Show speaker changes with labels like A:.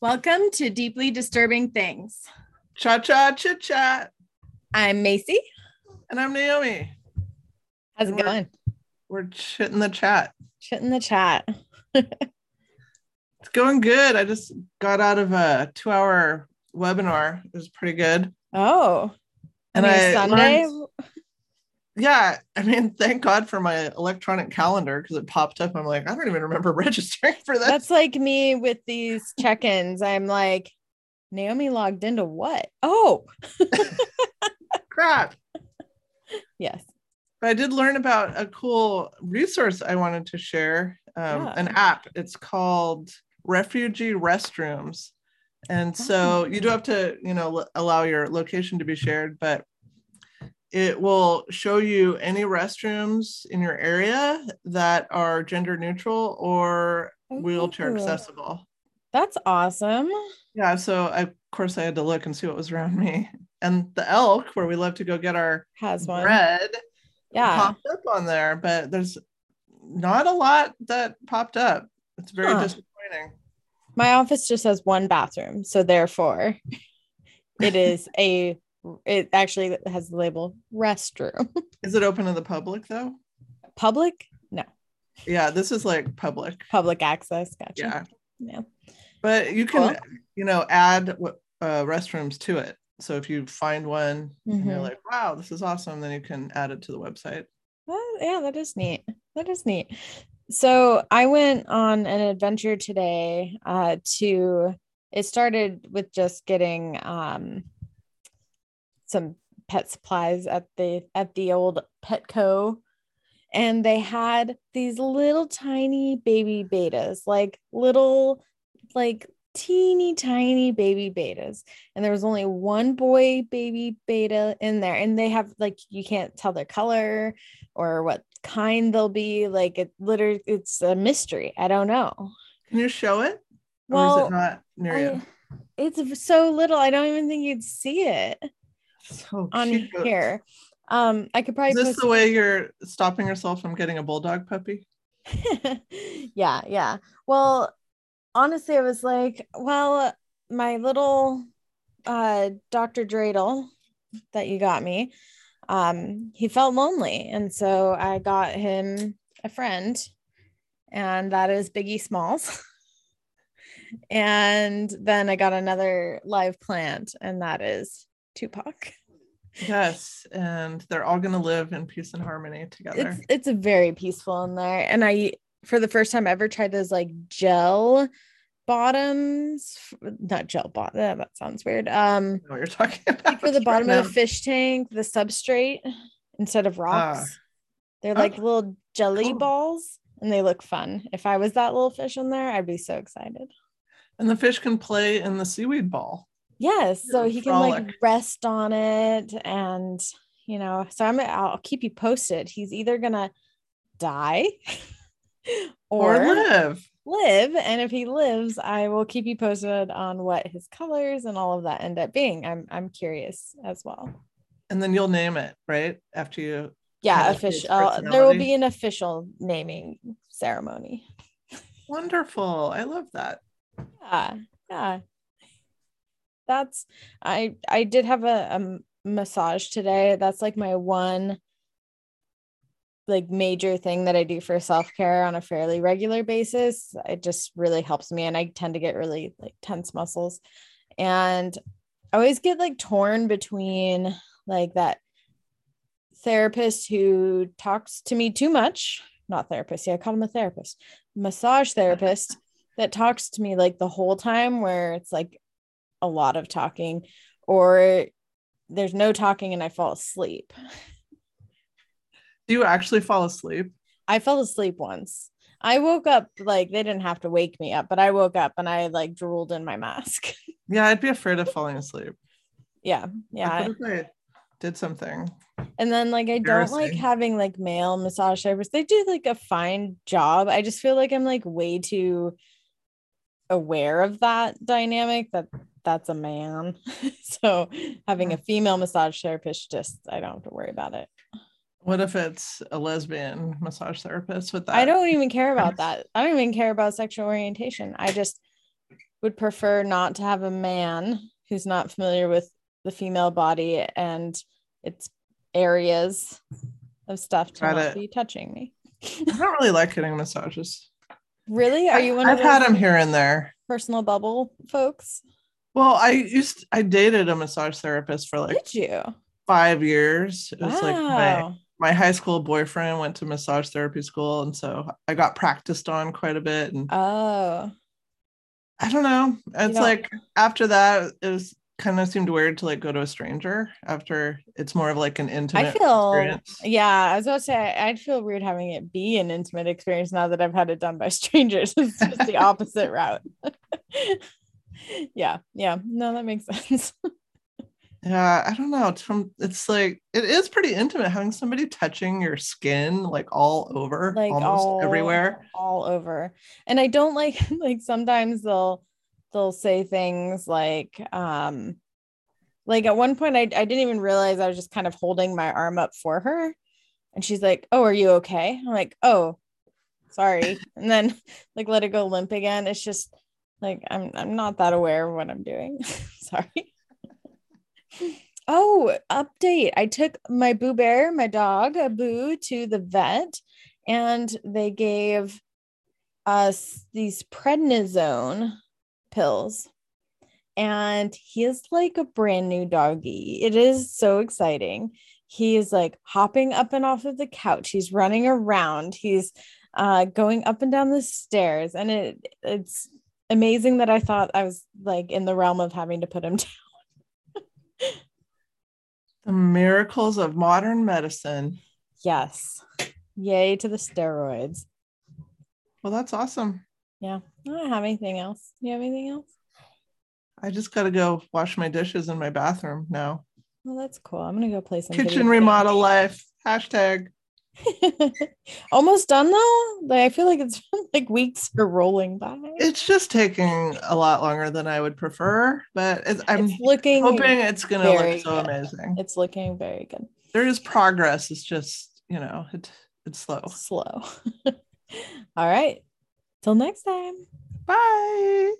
A: Welcome to Deeply Disturbing Things.
B: Cha cha chit chat.
A: I'm Macy.
B: And I'm Naomi.
A: How's it
B: We're-
A: going?
B: We're chitting the chat.
A: Shit in the chat.
B: It's going good. I just got out of a two hour webinar. It was pretty good.
A: Oh,
B: And
A: on your
B: I
A: Sunday.
B: learned- Yeah. I mean, thank God for my electronic calendar because it popped up. I'm like, I don't even remember registering for this.
A: That's like me with these check-ins. I'm like, Naomi logged into what? Oh,
B: crap.
A: yes.
B: But I did learn about a cool resource I wanted to share um,
A: Yeah.
B: an app. It's called Refugee Restrooms. And so you do have to, you know, l- allow your location to be shared, but it will show you any restrooms in your area that are gender neutral or wheelchair
A: Ooh,
B: accessible.
A: That's awesome.
B: Yeah, so I, of course I had to look and see what was around me. And the elk where we love to go get our
A: Has one.
B: bread
A: yeah.
B: popped up on there, but there's not a lot that popped up. It's very
A: Huh.
B: disappointing.
A: My office just has one bathroom. So therefore it is a it actually has the label restroom.
B: Is it open to the public though?
A: Public?
B: Yeah, this is like public.
A: Public access. Gotcha.
B: Yeah,
A: Yeah.
B: but you can,
A: Cool.
B: you know, add what uh, restrooms to it. So if you find one and you're
A: Mhm.
B: like, wow, this is awesome, then you can add it to the website.
A: Oh, yeah, that is neat. That is neat. So I went on an adventure today uh, to, it started with just getting um, some pet supplies at the at the old Petco and they had these little tiny baby betas like little like teeny tiny baby betas and there was only one boy baby beta in there and they have like you can't tell their color or what kind they'll be like it literally it's a mystery i don't know
B: Can you show it? or is
A: well
B: it not near you?
A: I- it's so little i don't even think you'd see it
B: So
A: on
B: cute.
A: here um i could probably
B: Is this
A: post-
B: the way you're stopping yourself from getting a bulldog puppy?
A: yeah, yeah. Well, honestly, I was like, well, my little uh Dr. Dreidel that you got me, um, he felt lonely. And so I got him a friend, and that is Biggie Smalls. and then I got another live plant, and that is Tupac.
B: Yes, and they're all going to live in peace and harmony together.
A: it's it's very peaceful in there and i for the first time ever tried those like gel bottoms f- not gel bottom that sounds weird um
B: I know what you're talking about.
A: like for the
B: right
A: bottom
B: now.
A: of the fish tank the substrate instead of rocks they're
B: okay.
A: like little jelly
B: Ah. Oh. Cool.
A: balls and they look fun if i was that little fish in there i'd be so excited
B: and the fish can play in the seaweed ball.
A: Yes, so
B: Little
A: he can like
B: frolic.
A: rest on it and you know, so I'm I'll keep you posted. He's either gonna die
B: Or,
A: or, live.
B: live.
A: And if he lives, I will keep you posted on what his colors and all of that end up being. I'm I'm curious as well.
B: And then you'll name it, right? After you
A: Yeah,
B: that's his
A: official there will
B: personality.
A: be an official naming ceremony.
B: wonderful. I love that.
A: yeah yeah that's i i did have a, a m- massage today that's like my one like major thing that i do for self-care on a fairly regular basis it just really helps me and i tend to get really like tense muscles and i always get like torn between like that therapist who talks to me too much not therapist yeah i called him a therapist massage therapist that talks to me like the whole time where it's like a lot of talking or there's no talking and I fall asleep.
B: Do you actually fall asleep?
A: I fell asleep once. I woke up like they didn't have to wake me up, but I woke up and I like drooled in my mask.
B: Yeah, I'd be afraid of falling asleep.
A: yeah.
B: Like,
A: Yeah.
B: what if I did something?
A: And then like I don't like
B: Embarrassing.
A: having like male massage therapists. They do like a fine job. I just feel like I'm like way too aware of that dynamic that that's a man. so having a female massage therapist just I don't have to worry about it.
B: What if it's a lesbian massage therapist with that?
A: I don't even care about that. I don't even care about sexual orientation. I just would prefer not to have a man who's not familiar with the female body and its areas of stuff to
B: Got
A: not
B: it.
A: be touching me.
B: I don't really like getting massages.
A: Really? Are you one of
B: I've
A: those
B: had them here and there.
A: personal bubble folks?
B: Well, I used I dated a massage therapist for like
A: Did you?
B: five years. It was like my,
A: Wow.
B: my high school boyfriend went to massage therapy school, and so I got practiced on quite a bit. And
A: oh.
B: I don't know. It's
A: don't-
B: like after that, it was kind of seemed weird to like go to a stranger after it's more of like an intimate
A: feel-
B: experience.
A: Yeah, I was about to say I- I'd feel weird having it be an intimate experience now that I've had it done by strangers. It's just the opposite route. yeah, yeah. No, that makes sense.
B: Yeah, I don't know. It's from it's like it is pretty intimate having somebody touching your skin like all over,
A: like
B: almost
A: all,
B: everywhere.
A: all over and i don't like like sometimes they'll they'll say things like um like at one point I, I didn't even realize i was just kind of holding my arm up for her and she's like oh are you okay i'm like oh sorry and then like let it go limp again it's just like i'm i'm not that aware of what i'm doing sorry oh update i took my boo bear my dog a boo to the vet and they gave us these prednisone pills and he is like a brand new doggy it is so exciting he is like hopping up and off of the couch he's running around he's uh, going up and down the stairs and it it's amazing that i thought i was like in the realm of having to put him down
B: The miracles of modern medicine.
A: yes yay to the steroids
B: Well, that's awesome.
A: i don't have anything else you have anything else
B: I just got to go wash my dishes in my bathroom now.
A: well that's cool i'm gonna go play some video
B: Kitchen
A: games.
B: remodel life. Hashtag.
A: Almost done though. Like I feel like it's like weeks are rolling by.
B: It's just taking a lot longer than I would prefer, but it's, I'm
A: it's looking
B: hoping it's going to
A: very
B: look so
A: good.
B: amazing.
A: it's looking very good.
B: There is progress. It's just, you know, it, it's slow.
A: Slow. All right. Till next time.
B: Bye.